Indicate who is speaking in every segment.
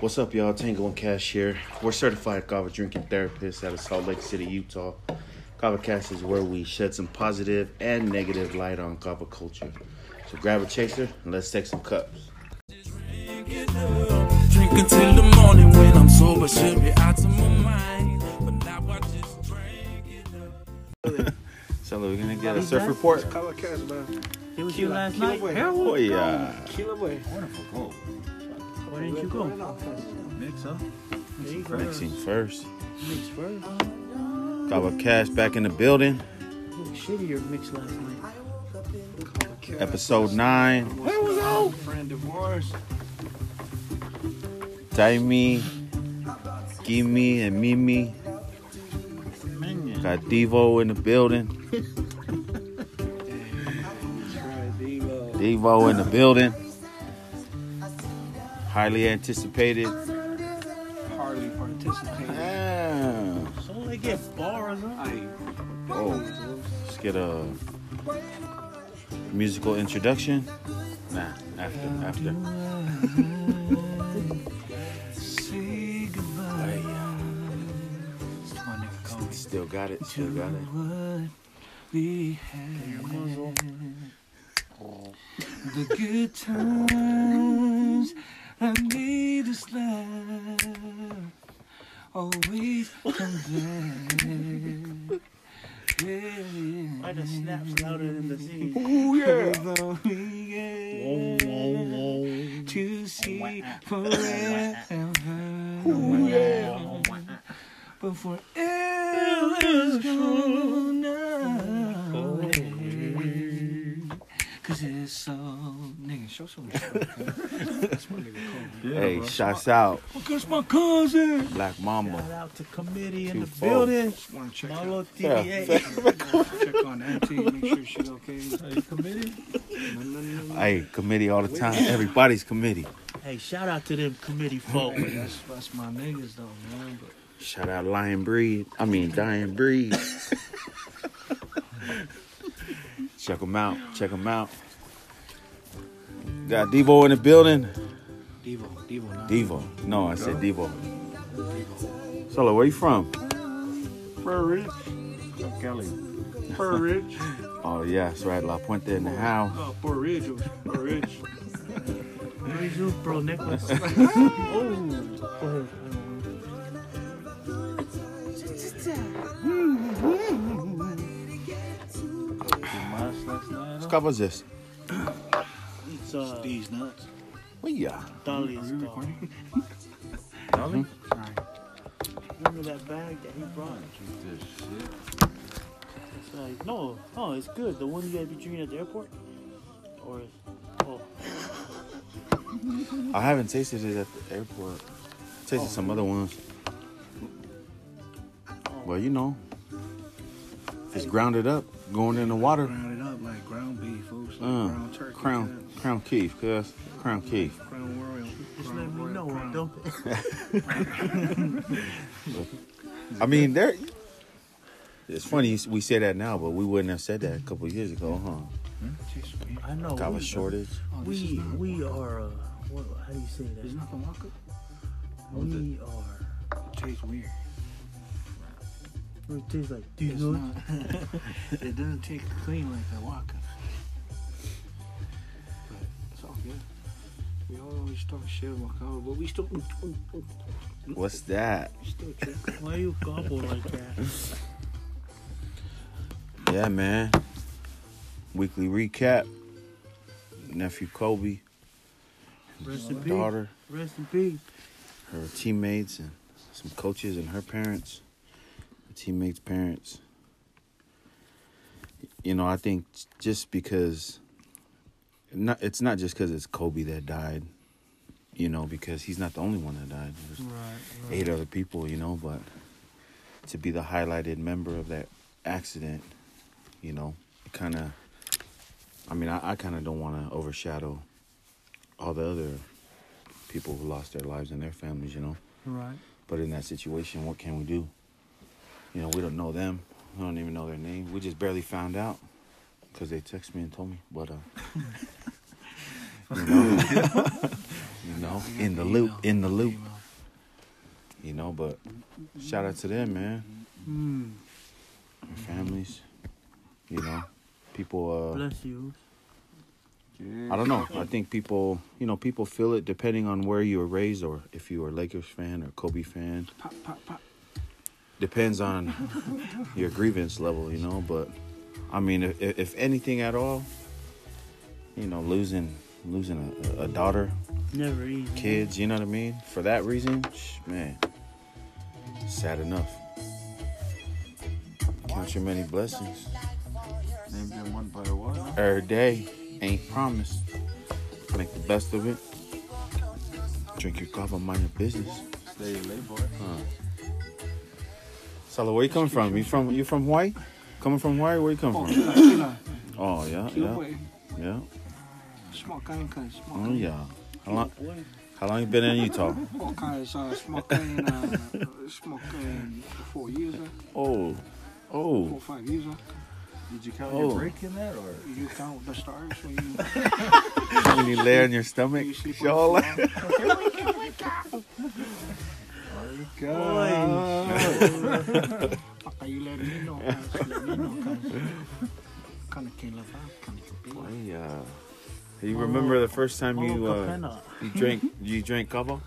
Speaker 1: What's up, y'all? Tango and Cash here. We're certified kava drinking therapists out of Salt Lake City, Utah. Kava Cast is where we shed some positive and negative light on kava culture. So grab a chaser and let's take some cups.
Speaker 2: Drink until the morning when I'm sober, should be out of my mind. But now I just drink it up.
Speaker 1: So we're gonna get a surf report.
Speaker 3: Kala Cash, man.
Speaker 4: It was you last
Speaker 3: Killer
Speaker 4: night.
Speaker 3: boy.
Speaker 1: Oh yeah.
Speaker 3: Killer boy.
Speaker 4: Why didn't you go?
Speaker 1: Mixing first. Kava Cash back in the building.
Speaker 4: Shitty your mix last night.
Speaker 1: Episode nine.
Speaker 3: Where was I? Friend divorce.
Speaker 1: Taimi, Gimme, and Mimi. Got Devo in the building. Devo in the building. Highly anticipated.
Speaker 3: Hardly participated.
Speaker 1: Ah.
Speaker 4: So they get bars on.
Speaker 3: I
Speaker 1: Oh, let's get a musical introduction. Nah, after, after.
Speaker 3: say
Speaker 1: Hey,
Speaker 3: goodbye.
Speaker 1: uh,
Speaker 3: This one never goes.
Speaker 1: still got it, still got it.
Speaker 3: What we had. The good times that made us laugh always come back. Yeah.
Speaker 4: I just snaps louder than the thing.
Speaker 3: Ooh, yeah. To see forever. Ooh, yeah. But forever's gonna away. Cause it's so. Nigga, show some respect. man. That's my nigga Kobe.
Speaker 1: Hey, shots out,
Speaker 3: Look, it's my cousin.
Speaker 1: Black
Speaker 4: Shout
Speaker 1: Mamba. Oh.
Speaker 4: out to committee in the
Speaker 1: Twofold.
Speaker 4: building.
Speaker 3: Just wanna check,
Speaker 4: Marlo
Speaker 1: Yeah.
Speaker 4: TBA.
Speaker 3: check on Auntie, make sure she's okay. Are you committed? No, no, no, no.
Speaker 1: Hey, committee all the time. Everybody's committee.
Speaker 4: Hey, shout out to them committee folk.
Speaker 3: Hey, that's, that's my niggas though, man. But
Speaker 1: Shout out Lion Breed. I mean Dying Breed. check them out. Check them out. Got Devo in the building.
Speaker 3: Devo, Devo, not
Speaker 1: Devo. No, I said Devo. Solo, where you from?
Speaker 5: Fur Ridge. Oh, Kelly. Fur Ridge.
Speaker 1: Oh yeah, that's right. La Puente in the house.
Speaker 5: Oh, Fur Ridge. it was Fur Ridge.
Speaker 4: Where's you, bro, Nicholas?
Speaker 1: What cup is this?
Speaker 4: It's uh,
Speaker 3: these nuts.
Speaker 1: Well, yeah.
Speaker 4: Dolly's dog.
Speaker 3: recording?
Speaker 4: Remember that bag that he brought? It's like, no, no, it's good. The one you gotta be drinking at the airport? Or, oh,
Speaker 1: I haven't tasted it at the airport. tasted some other ones. Well, you know, it's grounded up, going in the water.
Speaker 3: Ground it up like ground beef, folks. Like
Speaker 5: Mm.
Speaker 1: Uh,
Speaker 3: ground turkey.
Speaker 1: crown,
Speaker 3: cuts.
Speaker 1: crown Keith, cuz crown Keith.
Speaker 3: Crown royal.
Speaker 4: just
Speaker 3: crown
Speaker 4: let me
Speaker 3: royal,
Speaker 4: know.
Speaker 3: crown.
Speaker 4: I'll dump it.
Speaker 1: I mean, there. It's funny you- we say that now, but we wouldn't have said that a couple years ago, huh?
Speaker 3: Jeez, man.
Speaker 4: I know.
Speaker 1: Got
Speaker 4: we-
Speaker 1: a shortage.
Speaker 3: Oh, this is
Speaker 4: We
Speaker 3: not-
Speaker 4: we are uh, what, how do you say
Speaker 3: It's
Speaker 4: that?
Speaker 3: not gonna walk up.
Speaker 4: We are.
Speaker 3: It tastes weird.
Speaker 4: It tastes like
Speaker 3: It's
Speaker 4: dude.
Speaker 3: not. it doesn't taste clean like the waka. But it's all good. We always talk shit about Waka, but we still,
Speaker 1: What's that?
Speaker 3: we still drink.
Speaker 4: Why you gobble like that?
Speaker 1: Yeah, man. Weekly recap. Nephew Kobe,
Speaker 4: Rest in peace.
Speaker 1: daughter,
Speaker 4: Rest in peace.
Speaker 1: her teammates, and some coaches and her parents, the teammates' parents. You know, I think just because, not it's not just because it's Kobe that died. You know, because he's not the only one that died. There's eight other people, you know, but to be the highlighted member of that accident, you know, kind of, I mean, I, I kind of don't want to overshadow all the other people who lost their lives and their families, you know.
Speaker 4: Right.
Speaker 1: But in that situation, what can we do? You know, we don't know them. We don't even know their name. We just barely found out because they texted me and told me. But, uh, you know, you know, in the loop, in the loop, you know. But shout out to them, man,
Speaker 3: Hmm.
Speaker 4: Mm.
Speaker 1: their families, you know, people. Uh,
Speaker 4: Bless you.
Speaker 1: I don't know. I think people, you know, people feel it depending on where you were raised or if you were a Lakers fan or Kobe fan.
Speaker 3: Pop, pop, pop.
Speaker 1: Depends on your grievance level, you know. But I mean, if, if anything at all, you know, losing losing a, a daughter,
Speaker 4: Never easy.
Speaker 1: kids, you know what I mean. For that reason, sh- man, sad enough. Count your many blessings.
Speaker 6: Name them one by one.
Speaker 1: Every day ain't promised. Make the best of it. Drink your coffee, mind your business.
Speaker 6: Stay late, boy.
Speaker 1: Sala, where you coming from? You from you from Hawaii? Coming from Hawaii? Where you come
Speaker 3: Oh,
Speaker 1: from?
Speaker 3: killer, killer.
Speaker 1: Oh yeah,
Speaker 3: Killer
Speaker 1: yeah,
Speaker 3: boy.
Speaker 1: yeah.
Speaker 3: Small gun, cause small
Speaker 1: Oh
Speaker 3: gun.
Speaker 1: yeah. How long how long you been in Utah?
Speaker 3: Small gun is uh, small gun, uh, small gun for four years, uh,
Speaker 1: Oh.
Speaker 3: four or
Speaker 1: Oh.
Speaker 3: five years. Uh,
Speaker 6: Did you count
Speaker 1: Oh.
Speaker 6: your break in that or?
Speaker 3: you count with the stars when you,
Speaker 1: When you lay on your
Speaker 3: when
Speaker 1: stomach,
Speaker 3: you sleep on
Speaker 1: y'all.
Speaker 3: the floor. Paka, you let me know, cause let me know, cause kinda can't live out, kinda can't be.
Speaker 1: Yeah. You remember the first time you
Speaker 6: Oh,
Speaker 4: Molo
Speaker 1: uh,
Speaker 4: Kapena.
Speaker 1: you drank
Speaker 6: Mm-hmm.
Speaker 1: you drank kava?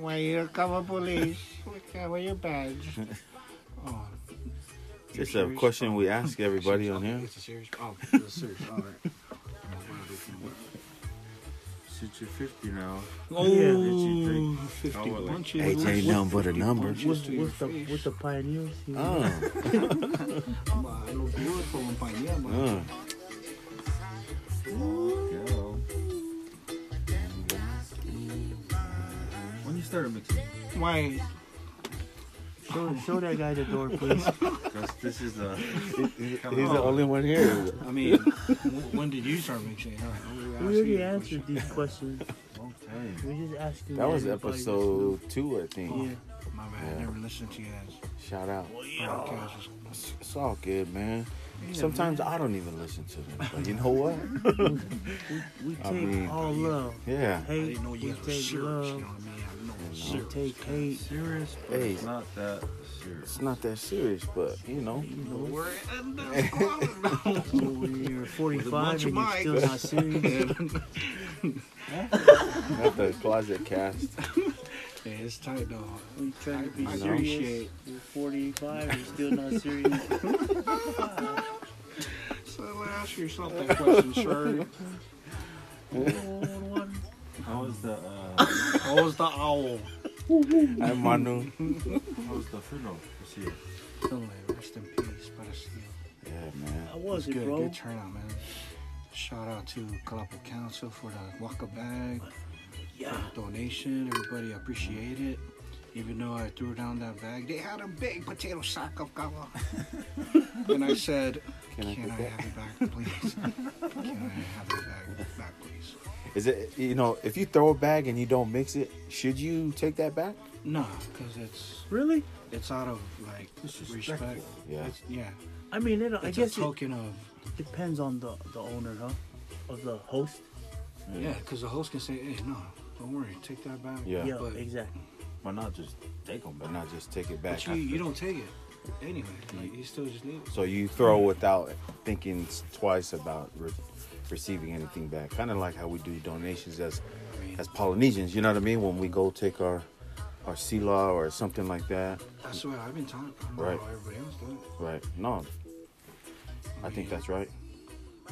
Speaker 3: Why you cover police? Why your badge? Oh,
Speaker 1: Just a question we ask everybody on here.
Speaker 3: It's a serious. Oh, it's a serious. All right. Oh, wow, this one works.
Speaker 6: Since you're 50 now,
Speaker 4: Oh,
Speaker 6: did you drink?
Speaker 3: Fifty
Speaker 6: Oh, well,
Speaker 3: punches.
Speaker 1: Hey, it ain't nothing but a number.
Speaker 4: What's, what's, the, what's the pioneers?
Speaker 1: Oh.
Speaker 3: I look good for one pint. Yeah, man.
Speaker 1: Uh,
Speaker 6: go. When you started mixing,
Speaker 3: Why?
Speaker 4: Show, show that guy the door, please.
Speaker 6: because this is a.
Speaker 1: he's the
Speaker 6: Oh.
Speaker 1: only one here.
Speaker 3: I mean, when, when did you start mixing? Huh?
Speaker 4: we already answered these questions.
Speaker 6: Long time.
Speaker 4: We're just asking.
Speaker 1: That was
Speaker 4: everybody.
Speaker 1: episode two, I
Speaker 4: Yeah.
Speaker 1: think.
Speaker 3: My man, I never listened to you guys.
Speaker 1: Shout out.
Speaker 3: Podcast was
Speaker 1: It's, it's all good, man. Sometimes I don't even listen to them, but you know what?
Speaker 4: We take
Speaker 1: I mean-
Speaker 4: all love.
Speaker 1: Yeah.
Speaker 3: I
Speaker 4: Hate,
Speaker 3: didn't know
Speaker 4: we
Speaker 3: you guys were
Speaker 4: take
Speaker 3: serious. You know
Speaker 4: love.
Speaker 3: what I mean? I didn't know it was
Speaker 4: We
Speaker 3: serious.
Speaker 4: take hate.
Speaker 6: Serious, but
Speaker 1: Hey.
Speaker 6: it's not that serious.
Speaker 1: It's not that serious, but you know,
Speaker 4: When you're 45 and you're
Speaker 3: mic.
Speaker 4: still not serious.
Speaker 3: uh,
Speaker 1: not the closet cast.
Speaker 3: Yeah, it's tight though.
Speaker 4: We trying to
Speaker 3: I
Speaker 4: be serious.
Speaker 3: appreciate.
Speaker 4: You're 45 and you're still not serious.
Speaker 3: So let me ask yourself that question, sir.
Speaker 6: How was the uh,
Speaker 3: What was the owl?
Speaker 1: Hi, Manu.
Speaker 6: how was the funeral this year?
Speaker 3: Don't let rest in peace, but it's still.
Speaker 1: Yeah, man.
Speaker 4: I was it,
Speaker 3: good,
Speaker 4: bro.
Speaker 3: good turnout, man. Shout out to Kalapa Council for the Waka bag,
Speaker 4: Yeah.
Speaker 3: the donation. Everybody appreciate it. Even though I threw down that bag, they had a big potato sack of kala. and I said,
Speaker 1: Can
Speaker 3: Can
Speaker 1: I
Speaker 3: I,
Speaker 1: get that?"
Speaker 3: have it back, please? Can I have it back, back please?
Speaker 1: Is it you know, if you throw a bag and you don't mix it, should you take that back?
Speaker 3: No, because it's
Speaker 4: Really?
Speaker 3: it's out of like respect.
Speaker 1: Yeah.
Speaker 3: It's, yeah,
Speaker 4: I mean, it, I
Speaker 3: it's
Speaker 4: guess
Speaker 3: a token of
Speaker 4: it depends on the, the owner, huh? Of the host.
Speaker 3: yeah, because the host can say, "Hey, no, don't worry, take that back."
Speaker 1: Yeah.
Speaker 4: Yeah,
Speaker 3: but
Speaker 4: exactly.
Speaker 6: Why not just take them
Speaker 1: But
Speaker 6: back?
Speaker 1: not just take it back.
Speaker 3: But you, you don't take it anyway.
Speaker 7: Mm.
Speaker 3: Like you still just leave it.
Speaker 1: So you throw without thinking twice about re- receiving anything back. Kind of like how we do donations as
Speaker 3: I mean,
Speaker 1: as Polynesians. You know what I mean? When we go take our our sila or something like that.
Speaker 3: that's what I've been taught. I don't know
Speaker 1: Right.
Speaker 3: how everybody else does it.
Speaker 1: Right. No. I think that's right.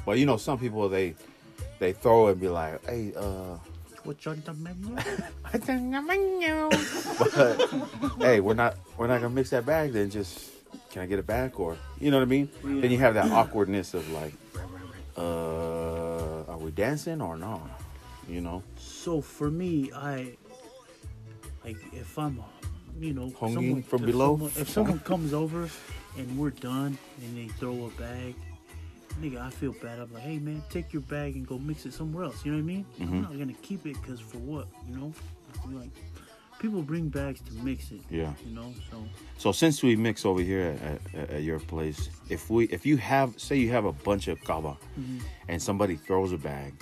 Speaker 1: Well, you know, some people they they throw and be like, "Hey, uh,
Speaker 4: What you the menu?
Speaker 1: I don't know, I know." but hey, we're not we're not gonna mix that bag. Then just can I get it back or you know what I mean? Then you have that awkwardness of like, uh, are we dancing or no? You know,
Speaker 4: So for me, I like if I'm, you know,
Speaker 1: Hungry
Speaker 4: someone-
Speaker 1: from
Speaker 4: if
Speaker 1: below?
Speaker 4: Someone, if someone comes over and we're done and they throw a bag, nigga, I feel bad. I'm like, hey man, take your bag and go mix it somewhere else. You know what I mean?
Speaker 1: Mm-hmm.
Speaker 4: I'm not gonna keep it because for what? You know, I'm like people bring bags to mix it.
Speaker 1: Yeah.
Speaker 4: You know, so
Speaker 1: So since we mix over here at, at, at your place, if we if you have say you have a bunch of kava, and somebody throws a bag,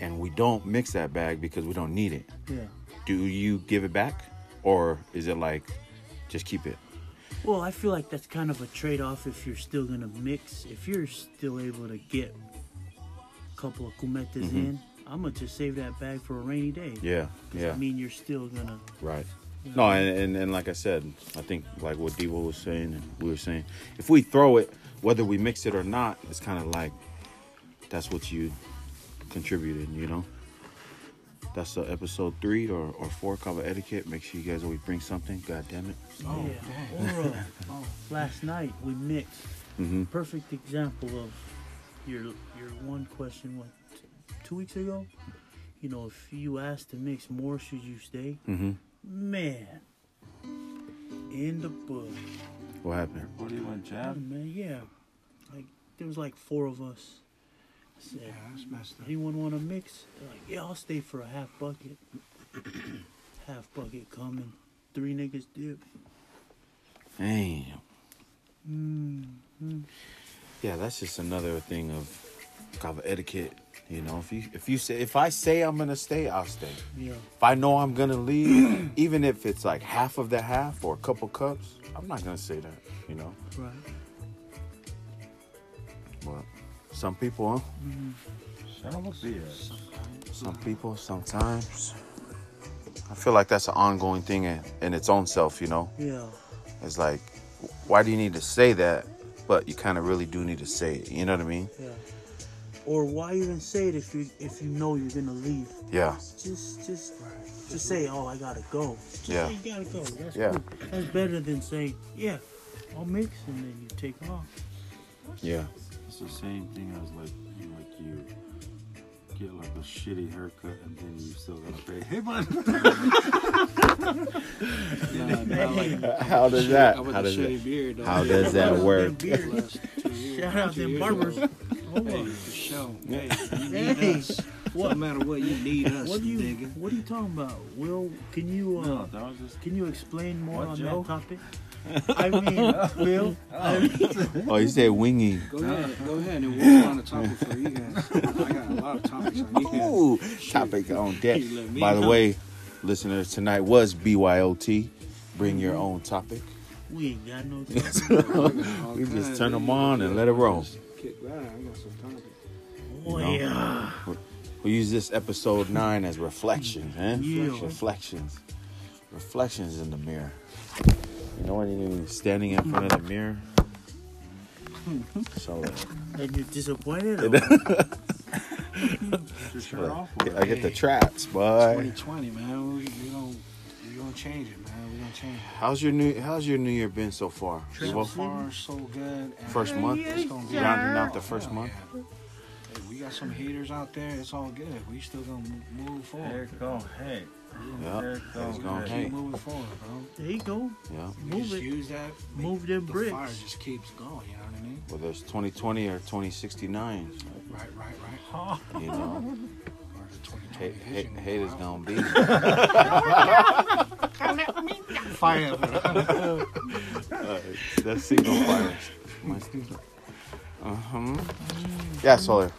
Speaker 7: and we don't mix that bag because we don't need it.
Speaker 4: Yeah.
Speaker 7: Do you give it back, or is it like just keep it?
Speaker 4: Well, I feel like that's kind of a trade off if you're still going to mix. If you're still able to get a couple of cumetas in, I'm going to just save that bag for a rainy day.
Speaker 7: Mm-hmm. Yeah,
Speaker 4: 'Cause,
Speaker 7: yeah,
Speaker 4: I mean, you're still going to.
Speaker 7: right. No, and, and and like I said, I think like what Devo was saying and we were saying, if we throw it, whether we mix it or not, it's kind of like that's what you contributed, you know. That's uh, episode three or, or four cover etiquette. Make sure you guys always bring something. God damn it.
Speaker 3: Oh,
Speaker 4: yeah.
Speaker 3: dang.
Speaker 4: Or, uh, last night we mixed.
Speaker 7: Mhm.
Speaker 4: Perfect example of your your one question. What t- two weeks ago? You know, if you asked to mix more, should you stay?
Speaker 7: Mm-hmm.
Speaker 4: Man, in the book,
Speaker 7: What happened?
Speaker 6: What do you want,
Speaker 4: Oh,
Speaker 6: jab?
Speaker 4: man. Yeah, like there was like four of us. I
Speaker 3: Yeah,
Speaker 4: said,
Speaker 3: that's messed up.
Speaker 4: anyone want to mix? They're like, yeah, I'll stay for a half bucket. half bucket coming, three niggas dip.
Speaker 7: Damn.
Speaker 4: Mm,
Speaker 7: Yeah, that's just another thing of kind of etiquette. You know, if you if you say if I say I'm gonna stay, I'll stay.
Speaker 4: yeah.
Speaker 7: If I know I'm gonna leave, even if it's like half of the half or a couple cups, I'm not gonna say that. You know,
Speaker 4: Right.
Speaker 7: but some people, huh?
Speaker 6: Shut up, BS.
Speaker 7: some people, sometimes. I feel like that's an ongoing thing in, in its own self. You know,
Speaker 4: Yeah.
Speaker 7: it's like, why do you need to say that? But you kind of really do need to say it. You know what I mean?
Speaker 4: Yeah. Or why even say it if you if you know you're gonna leave?
Speaker 7: Yeah,
Speaker 4: Just just just say, oh, I gotta go. Just
Speaker 7: Yeah.
Speaker 4: say you gotta go. That's
Speaker 7: Yeah.
Speaker 4: cool. That's better than saying, yeah, I'll mix and then you take off.
Speaker 7: yeah,
Speaker 6: It's the same thing as like you like you get like a shitty haircut and then you still gotta pay. Hey bud.
Speaker 3: Nah, not like
Speaker 7: How does
Speaker 3: I
Speaker 7: that?
Speaker 3: was
Speaker 7: How
Speaker 3: a
Speaker 7: does
Speaker 3: shitty
Speaker 7: that?
Speaker 3: beard. though.
Speaker 7: how does that
Speaker 4: Shout out them
Speaker 7: work?
Speaker 4: beards.
Speaker 3: Last two years-
Speaker 4: Shout out
Speaker 3: two
Speaker 4: them
Speaker 3: years
Speaker 4: barbers.
Speaker 3: ago.
Speaker 4: Hold
Speaker 3: Hey,
Speaker 4: on.
Speaker 3: for sure. Hey, you need
Speaker 4: Hey,
Speaker 3: us. No
Speaker 4: What?
Speaker 3: matter what, you need us,
Speaker 4: What are you
Speaker 3: nigga.
Speaker 4: What are you talking about? Will can you uh,
Speaker 6: No, that was just
Speaker 4: can you explain more
Speaker 6: What,
Speaker 4: on
Speaker 6: Joe?
Speaker 4: that topic? I mean, Will. I mean,
Speaker 7: Oh, you said wingy.
Speaker 3: Go ahead, go ahead, and we'll find a topic for you guys. I got a lot of topics on you guys.
Speaker 7: Ooh, topic on deck.
Speaker 3: You let me
Speaker 7: By the
Speaker 3: know.
Speaker 7: way, listeners, tonight was BYOT. Bring your own topic.
Speaker 4: we ain't got no time.
Speaker 7: We just turn them on and let it roll.
Speaker 3: Kick back. I got some topics.
Speaker 4: Oh,
Speaker 7: know?
Speaker 4: yeah.
Speaker 7: We use this episode nine as reflections, eh?
Speaker 4: Yeah.
Speaker 7: Reflections. Reflections in the mirror. You know when you're standing in front of the mirror? So,
Speaker 4: And you're disappointed? Or what?
Speaker 6: your shirt
Speaker 7: uh,
Speaker 6: off. Or
Speaker 7: I get the traps, boy.
Speaker 3: 2020, man. We, we don't. We gonna change it, man. We gonna change it.
Speaker 7: How's your new How's your new year been so far?
Speaker 3: So
Speaker 7: Well,
Speaker 3: far, so good. And
Speaker 7: First month,
Speaker 3: it's gonna be
Speaker 7: rounding out the first
Speaker 3: Hell
Speaker 7: month.
Speaker 3: yeah. Hey, we got some haters out there. It's all good. We still gonna mo- move
Speaker 6: There
Speaker 3: forward.
Speaker 6: it go. Hey. There
Speaker 7: Yeah,
Speaker 6: it go.
Speaker 7: it's
Speaker 6: hey.
Speaker 7: gone. Hey.
Speaker 3: Keep moving forward, bro.
Speaker 4: There you go.
Speaker 7: yeah.
Speaker 3: We
Speaker 4: Move
Speaker 3: just
Speaker 4: it.
Speaker 3: use that. make-
Speaker 4: Move them
Speaker 3: the
Speaker 4: bricks.
Speaker 3: Fire just keeps going. You know what I mean?
Speaker 7: Whether it's 2020 or 2069,
Speaker 3: Right, right, right.
Speaker 7: you know.
Speaker 3: Or the
Speaker 7: Hey,
Speaker 3: 2020
Speaker 7: hey,
Speaker 3: vision.
Speaker 7: haters
Speaker 3: Wow.
Speaker 7: gonna be.
Speaker 3: fire.
Speaker 7: That's signal fire. Uh huh. Yeah, Solar.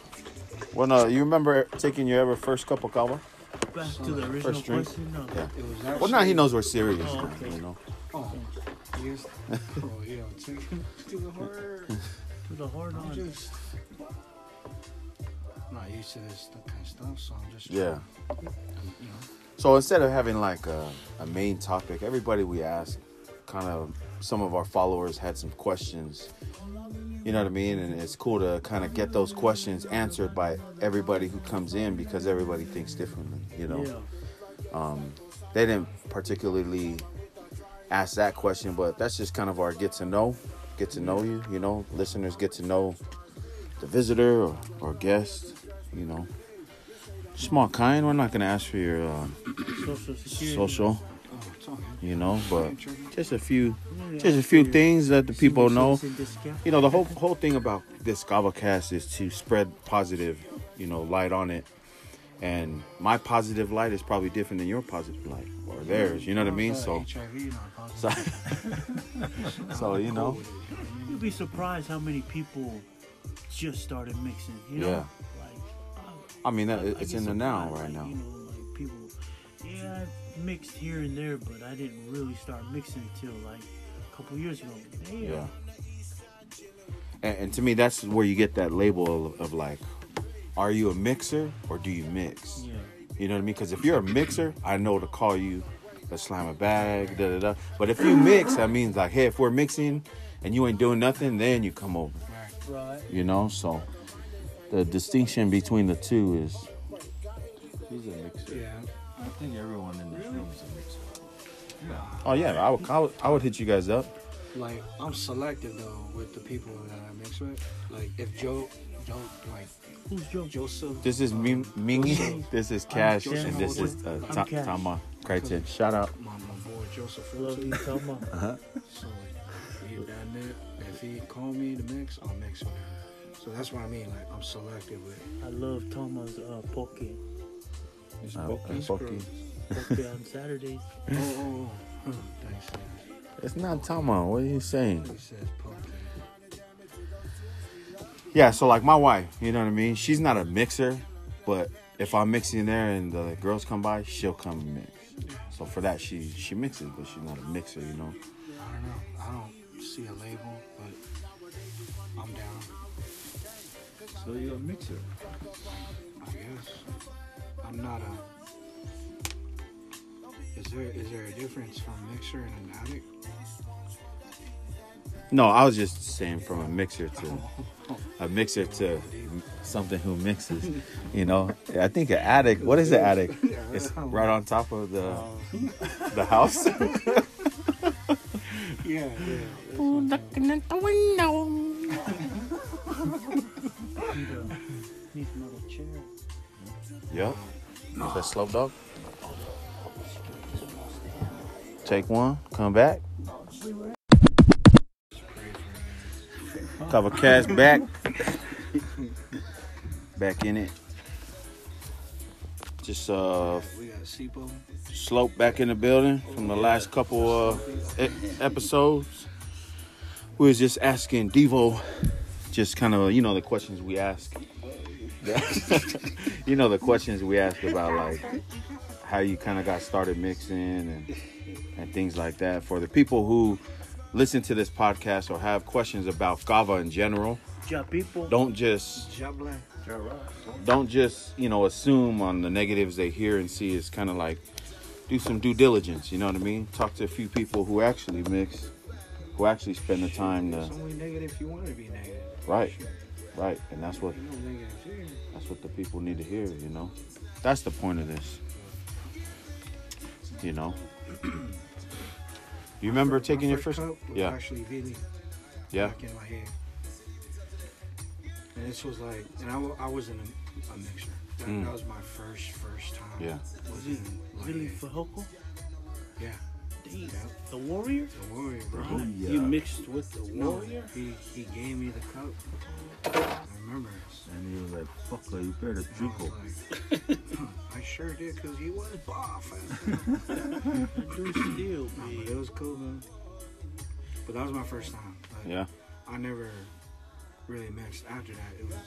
Speaker 7: Well, no, you remember taking your ever first cup of kava?
Speaker 4: Back to the original
Speaker 7: drink.
Speaker 4: question. uh, No.
Speaker 7: Yeah.
Speaker 3: It was
Speaker 7: Well, now he
Speaker 3: actually-
Speaker 7: knows we're serious, now,
Speaker 4: Oh, okay.
Speaker 7: you know.
Speaker 3: Oh, yes. Oh, yeah. Take him to the heart.
Speaker 4: To the hard
Speaker 3: I'm
Speaker 4: on.
Speaker 3: just not used to this kind of stuff, so I'm just
Speaker 7: Yeah.
Speaker 3: trying, you know.
Speaker 7: So instead of having like a, a main topic, everybody we asked, kind of some of our followers had some questions. You know what I mean? And it's cool to kind of get those questions answered by everybody who comes in because everybody thinks differently, you know?
Speaker 4: Yeah.
Speaker 7: they didn't particularly ask that question, but that's just kind of our get to know, get to know you. You know, listeners get to know the visitor or, or guest. You know, small kind. We're not gonna ask for your uh,
Speaker 4: Social security.
Speaker 7: social.
Speaker 3: Oh, it's all good.
Speaker 7: You know, but just a few,
Speaker 4: Oh, Yeah,
Speaker 7: just a few
Speaker 4: yeah.
Speaker 7: things that the people know.
Speaker 4: Citizen discount.
Speaker 7: You know, the whole whole thing about this Gavacast is to spread positive, you know, light on it. And my positive light is probably different than your positive light or theirs. You know what I mean?
Speaker 3: How's that
Speaker 7: So.
Speaker 3: HIV not causing-
Speaker 7: So, so you
Speaker 3: I'm
Speaker 7: know,
Speaker 3: cool with it.
Speaker 4: You'd be surprised how many people just started mixing. You know?
Speaker 7: Yeah.
Speaker 4: Like,
Speaker 7: I mean, that,
Speaker 4: I- I
Speaker 7: it's
Speaker 4: get
Speaker 7: in the
Speaker 4: surprised,
Speaker 7: now
Speaker 4: like,
Speaker 7: right now.
Speaker 4: You know, like people, yeah, I mixed here and there, but I didn't really start mixing until like a couple years ago. Damn.
Speaker 7: Yeah. And, and to me, that's where you get that label of, of like, are you a mixer or do you mix?
Speaker 4: Yeah.
Speaker 7: You know what I mean? Because if you're a mixer, I know to call you a slam a bag, da da da. But if you mix, that means like, hey, if we're mixing and you ain't doing nothing, then you come over.
Speaker 4: Right.
Speaker 7: You know? So the distinction between the two is,
Speaker 6: He's a mixer.
Speaker 3: Yeah.
Speaker 6: I think everyone in this room is a mixer.
Speaker 7: oh yeah, I would I would, I would hit you guys up.
Speaker 3: Like I'm selective though with the people that I mix with. Like if Joe, Joe, like
Speaker 4: Who's Joe?
Speaker 3: Joseph.
Speaker 7: This is Ming- Mingy, this is Cash,
Speaker 3: Joseph
Speaker 7: and this is uh,
Speaker 3: Holden.
Speaker 7: Ta-
Speaker 4: I'm Cash.
Speaker 7: Tama Crichton. Shout out.
Speaker 3: My, my boy Joseph.
Speaker 4: Love
Speaker 3: Wilson.
Speaker 4: you, Tama.
Speaker 3: So he done it. If he call me to mix, I'll mix with him. So that's what I mean. Like I'm selective with.
Speaker 4: I love Tama's uh, poke.
Speaker 3: It's
Speaker 7: Uh,
Speaker 3: Bucky
Speaker 7: uh, Bucky.
Speaker 3: Scruggs.
Speaker 4: Poke on Saturdays.
Speaker 3: Oh, oh, oh. Thanks. man.
Speaker 7: It's not Tama. What are you saying?
Speaker 3: He says Bucky.
Speaker 7: Yeah, so like my wife, you know what I mean? She's not a mixer, but if I'm mixing there and the girls come by, she'll come and mix. So for that, she she mixes, but she's not a mixer, you know?
Speaker 3: I don't know. I don't see a label, but I'm down.
Speaker 6: So you're a mixer.
Speaker 3: I guess I'm not a. Is there is there a difference from a mixer and an addict?
Speaker 7: No, I was just saying from a mixer to a mixer to something who mixes, you know? I think an attic. What is an attic? It's right on top of the the house.
Speaker 3: Yeah, yeah.
Speaker 4: Need, a, need another chair.
Speaker 7: yeah. Is that slow dog? Take one, come back. Cover cash back. back in it. Just uh
Speaker 3: We got Sipo.
Speaker 7: slope back in the building from the last couple uh e- episodes. We was just asking Devo just kind of you know the questions we ask. you know the questions we ask about like how you kind of got started mixing and and things like that for the people who listen to this podcast or have questions about Gava in general.
Speaker 4: Ja people.
Speaker 7: Don't just
Speaker 3: Jablin.
Speaker 7: don't just you know assume on the negatives they hear and see it's kind of like do some due diligence you know what i mean talk to a few people who actually mix who actually spend the time
Speaker 3: It's
Speaker 7: to
Speaker 3: only negative if you want to be negative.
Speaker 7: right right and that's what
Speaker 3: You know negative here.
Speaker 7: that's what the people need to hear you know that's the point of this you know you remember taking your first
Speaker 3: cup was
Speaker 7: yeah
Speaker 3: actually Vili
Speaker 7: yeah
Speaker 3: back in my head. And this was like, and I, wa- I wasn't a, a mixer. That,
Speaker 7: Mm.
Speaker 3: that was my first first time.
Speaker 7: Yeah.
Speaker 3: Was in like,
Speaker 4: Really Fajoko?
Speaker 3: yeah,
Speaker 4: Damn.
Speaker 3: yeah.
Speaker 4: The Warrior?
Speaker 3: The warrior, bro.
Speaker 7: Oh,
Speaker 4: You mixed with the
Speaker 3: No,
Speaker 4: Warrior?
Speaker 3: he, he gave me the cup. I remember.
Speaker 6: And he was like, fucker, you better
Speaker 3: I was
Speaker 6: drink
Speaker 3: like, I sure did, cause he was buff.
Speaker 4: That dude's deal,
Speaker 3: But it
Speaker 4: man.
Speaker 3: was cool, man. But that was my first time. Like,
Speaker 7: yeah
Speaker 3: I never really mixed after that. It was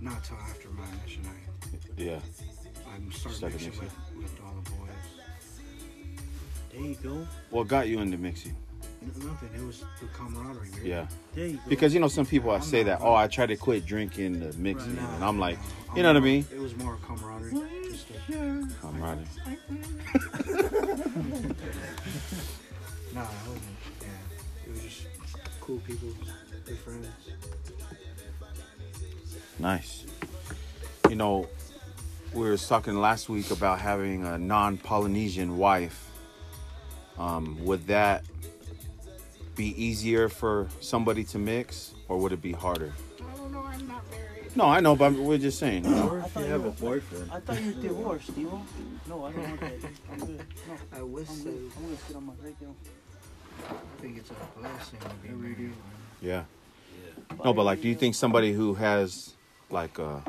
Speaker 3: not till after my mission night.
Speaker 7: yeah
Speaker 3: I started
Speaker 7: Started
Speaker 3: mixing with,
Speaker 7: mixing.
Speaker 3: with all the boys.
Speaker 4: There you go.
Speaker 7: what got you into mixing
Speaker 3: N- Nothing. It was the camaraderie. man.
Speaker 7: yeah
Speaker 4: There you go.
Speaker 7: Because you know some people I say that, oh, I try to quit drinking the mixing,
Speaker 3: Nah,
Speaker 7: and uh, I'm like,
Speaker 3: nah,
Speaker 7: you know what I
Speaker 3: more-
Speaker 7: mean?
Speaker 3: It was more camaraderie. Just a-
Speaker 7: I'm riding.
Speaker 3: Nah, I wasn't. Yeah, it was just cool people, good friends.
Speaker 7: Nice. You know, we were talking last week about having a non-Polynesian wife. Um, would that be easier for somebody to mix, or would it be harder? No, I know, but we're just saying. you know?
Speaker 6: Or if you have a boyfriend.
Speaker 4: I thought you were divorced, Stevo. No, I don't want that. I'm good. No,
Speaker 3: I wish
Speaker 4: I'm good. I'm gonna sit on my right there.
Speaker 3: I think it's a blessing to be married.
Speaker 7: Yeah. No, but like, do you think somebody who has like a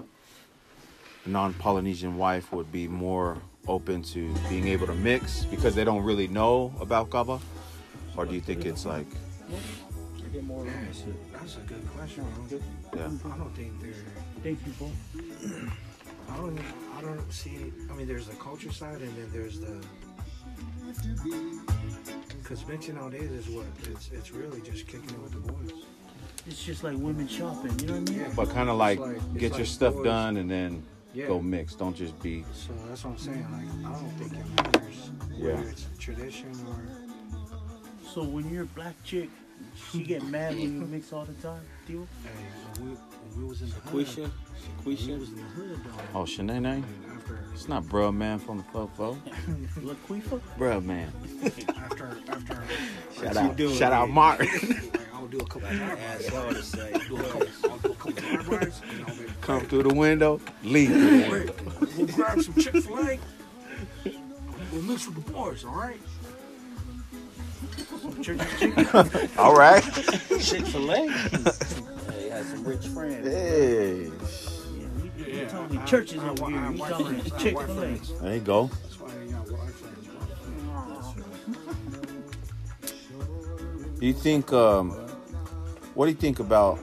Speaker 7: non-Polynesian wife would be more open to being able to mix because they don't really know about kava, or do you think it's like,
Speaker 3: Man, that's a good question. bro.
Speaker 7: yeah,
Speaker 3: I don't think they're.
Speaker 4: Thank you, Bo.
Speaker 3: I I don't, I don't see. I mean, there's the culture side, and then there's the. Because mention nowadays is what it's. It's really just kicking it with the boys.
Speaker 4: It's just like women shopping. You know what I mean?
Speaker 3: Yeah.
Speaker 7: But kind of like,
Speaker 3: like- it's
Speaker 7: get your
Speaker 3: like
Speaker 7: stuff
Speaker 3: boys.
Speaker 7: done and then
Speaker 3: Yeah.
Speaker 7: go mix. Don't just be.
Speaker 3: So that's what I'm saying. Like, I don't think it matters whether
Speaker 7: Yeah.
Speaker 3: it's tradition or.
Speaker 4: So when you're a black chick, she get mad when you mix all the time. Deal?
Speaker 3: Hey, when we, when we was in the hood,
Speaker 8: Quisha,
Speaker 3: when we
Speaker 8: Quisha.
Speaker 3: was in the hood, though.
Speaker 7: Oh, Shanae,
Speaker 3: and After,
Speaker 7: it's not bruh man from the pub, fo.
Speaker 4: La Cuifa?
Speaker 7: Bruh man.
Speaker 3: after, after.
Speaker 7: Shout out, shout out, Mark.
Speaker 3: Like, I'll do a couple of drive-bys.
Speaker 8: That's all to say.
Speaker 3: Do a couple, I'll do a couple of drive-bys, and I'll be like,
Speaker 7: Come through the window, leave. through the window.
Speaker 3: Wait, we'll grab some Chick Fil A. We'll mix with the boys, all right?
Speaker 7: All right.
Speaker 8: Chick Fil A. Hey, had some rich friends.
Speaker 7: Hey.
Speaker 4: Yeah, we, we
Speaker 3: Yeah,
Speaker 4: talking
Speaker 3: I-
Speaker 4: churches
Speaker 3: I-
Speaker 4: over
Speaker 3: I- I-
Speaker 4: here. We
Speaker 3: white
Speaker 4: talking
Speaker 3: friends, I-
Speaker 4: Chick
Speaker 3: white
Speaker 4: Fil A.
Speaker 3: friends.
Speaker 7: There you go.
Speaker 3: That's why I ain't got white friends, white friends.
Speaker 7: Do you think? Um, what do you think about?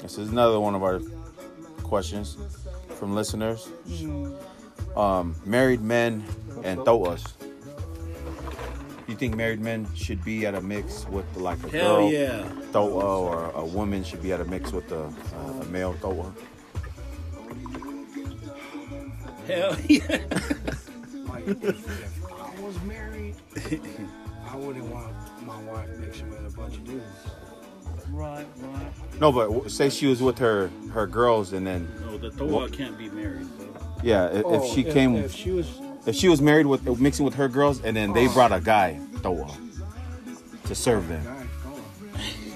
Speaker 7: This is another one of our questions from listeners. Um, married men and throw us. You think married men should be at a mix with like a
Speaker 8: Hell
Speaker 7: girl
Speaker 8: yeah.
Speaker 7: thoa, or a woman should be at a mix with a, a male thoa?
Speaker 8: Hell yeah.
Speaker 3: Like, if, if I was married, I wouldn't want my wife mixing with a bunch of dudes.
Speaker 4: Right, right.
Speaker 7: No, but w- say she was with her her girls, and then
Speaker 8: No, the Thor can't be married.
Speaker 7: yeah, if, if she came,
Speaker 3: Oh, If she was.
Speaker 7: If she was married with mixing with her girls, and then they brought a guy, throw up to serve them.